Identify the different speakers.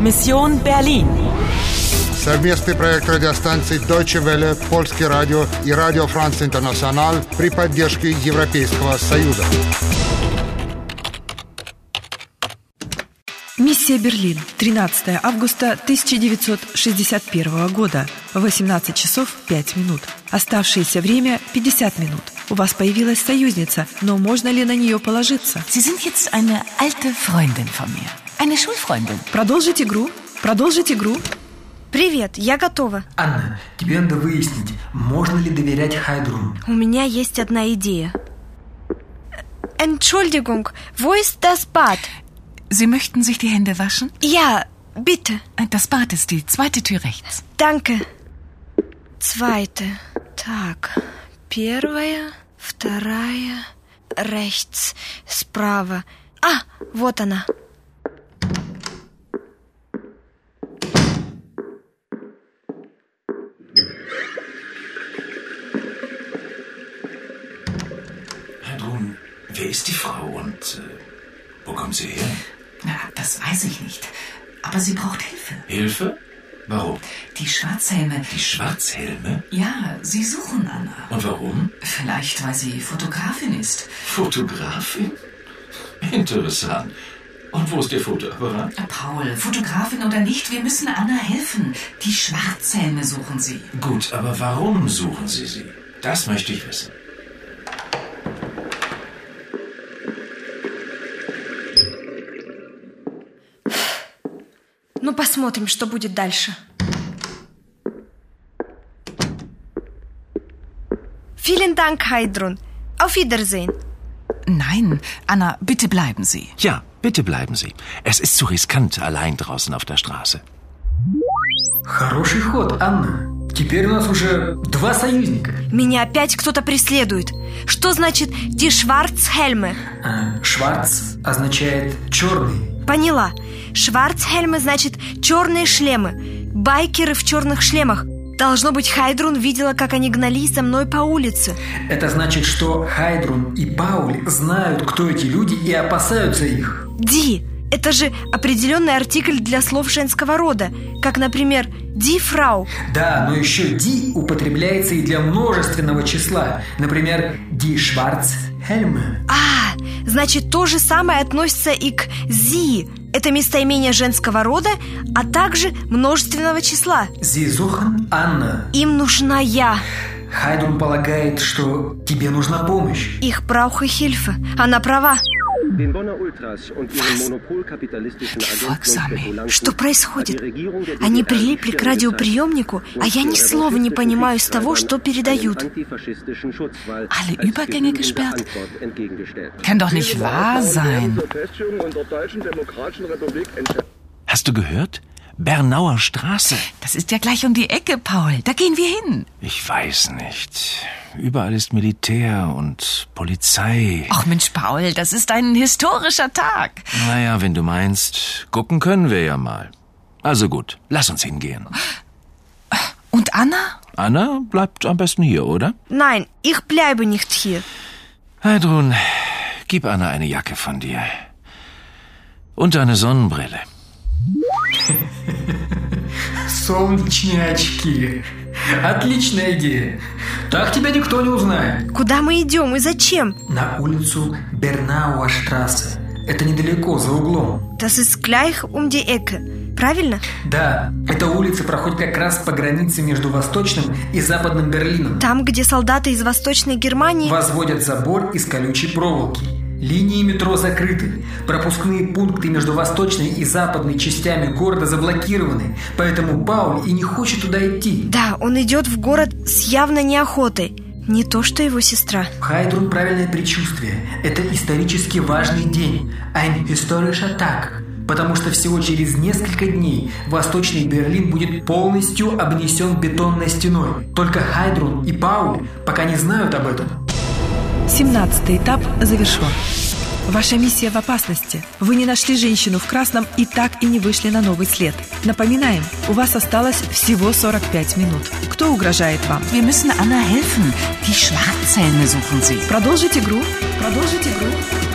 Speaker 1: Mission Berlin.
Speaker 2: Совместный проект радиостанций Deutsche Welle, Польский радио и Радио Франц Интернационал при поддержке Европейского Союза.
Speaker 3: Миссия Берлин. 13 августа 1961 года. 18 часов 5 минут. Оставшееся время 50 минут. У вас появилась союзница, но можно ли на нее положиться?
Speaker 4: Sie sind jetzt eine alte Freundin von mir. Eine Schulfreundin.
Speaker 3: Продолжить игру. Продолжить игру.
Speaker 5: Привет, я готова.
Speaker 6: Анна, тебе надо выяснить, можно ли доверять Хайдру.
Speaker 5: У меня есть одна идея. Entschuldigung, wo ist das Bad?
Speaker 4: Sie möchten sich die Hände waschen?
Speaker 5: Ja, bitte.
Speaker 4: Das Bad ist die zweite Tür rechts.
Speaker 5: Danke. Zweite. Так, первая, вторая, rechts, справа. А, вот она.
Speaker 7: Heidrun, wer ist die Frau und äh, wo kommt sie her?
Speaker 4: Na, das weiß ich nicht. Aber sie braucht Hilfe.
Speaker 7: Hilfe? Warum?
Speaker 4: Die Schwarzhelme.
Speaker 7: Die Schwarzhelme?
Speaker 4: Ja, sie suchen Anna.
Speaker 7: Und warum?
Speaker 4: Vielleicht, weil sie Fotografin ist.
Speaker 7: Fotografin? Interessant. Und wo ist Ihr Fotoapparat?
Speaker 4: Paul, Fotografin oder nicht, wir müssen Anna helfen. Die Schwarzhelme suchen sie.
Speaker 7: Gut, aber warum suchen Sie sie? Das möchte ich wissen.
Speaker 5: Ну, посмотрим, что будет дальше. Vielen Dank, Heidrun. Auf Wiedersehen.
Speaker 4: Nein, Anna, bitte bleiben Sie.
Speaker 7: Ja, bitte bleiben Sie. Es ist zu riskant, allein draußen auf der Straße.
Speaker 6: Хороший ход, Анна. Теперь у нас уже два союзника.
Speaker 5: Меня опять кто-то преследует. Что значит «die Schwarzhelme»?
Speaker 6: Э, Шварц означает черный.
Speaker 5: Поняла. Шварцхельмы значит черные шлемы. Байкеры в черных шлемах. Должно быть, Хайдрун видела, как они гнались за мной по улице.
Speaker 6: Это значит, что Хайдрун и Пауль знают, кто эти люди и опасаются их.
Speaker 5: Ди. Это же определенный артикль для слов женского рода, как, например, «ди фрау».
Speaker 6: Да, но еще «ди» употребляется и для множественного числа. Например, «ди Шварц Хельме».
Speaker 5: А, значит, то же самое относится и к «зи». Это местоимение женского рода, а также множественного числа.
Speaker 6: Зизухан Анна.
Speaker 5: Им нужна я.
Speaker 6: Хайдрун полагает, что тебе нужна помощь.
Speaker 5: Их брауха Хильфа. Она права.
Speaker 8: Den Bonner Ultras und ihren monopolkapitalistischen
Speaker 4: Volksarmee.
Speaker 8: Agenten
Speaker 5: Что происходит? Они прилипли к радиоприемнику, а я ни слова не понимаю с того, что передают.
Speaker 4: Alle Übergänge gesperrt? Kann doch nicht wahr sein.
Speaker 7: Hast du gehört? Bernauer Straße.
Speaker 4: Das ist ja gleich um die Ecke, Paul. Da gehen wir hin.
Speaker 7: Ich weiß nicht. Überall ist Militär und Polizei.
Speaker 4: Ach Mensch, Paul, das ist ein historischer Tag.
Speaker 7: Naja, wenn du meinst, gucken können wir ja mal. Also gut, lass uns hingehen.
Speaker 4: Und Anna?
Speaker 7: Anna bleibt am besten hier, oder?
Speaker 5: Nein, ich bleibe nicht hier.
Speaker 7: Heidrun, gib Anna eine Jacke von dir. Und eine Sonnenbrille.
Speaker 6: Солнечные очки. Отличная идея. Так тебя никто не узнает.
Speaker 5: Куда мы идем и зачем?
Speaker 6: На улицу Бернауа Штрассе. Это недалеко, за углом.
Speaker 5: Das ist gleich um die Ecke. Правильно?
Speaker 6: Да, эта улица проходит как раз по границе между Восточным и Западным Берлином.
Speaker 5: Там, где солдаты из Восточной Германии...
Speaker 6: Возводят забор из колючей проволоки. Линии метро закрыты. Пропускные пункты между восточной и западной частями города заблокированы, поэтому Пауль и не хочет туда идти.
Speaker 5: Да, он идет в город с явно неохотой. Не то, что его сестра.
Speaker 6: Хайдрун правильное предчувствие. Это исторически важный день. Ein historischer Tag. Потому что всего через несколько дней Восточный Берлин будет полностью обнесен бетонной стеной. Только Хайдрун и Пауль пока не знают об этом.
Speaker 3: 17 этап завершен. Ваша миссия в опасности. Вы не нашли женщину в красном и так и не вышли на новый след. Напоминаем, у вас осталось всего 45 минут. Кто угрожает вам?
Speaker 4: Wir müssen Anna helfen. Die Schwarzhelme suchen sie.
Speaker 3: Продолжить игру. Продолжить игру.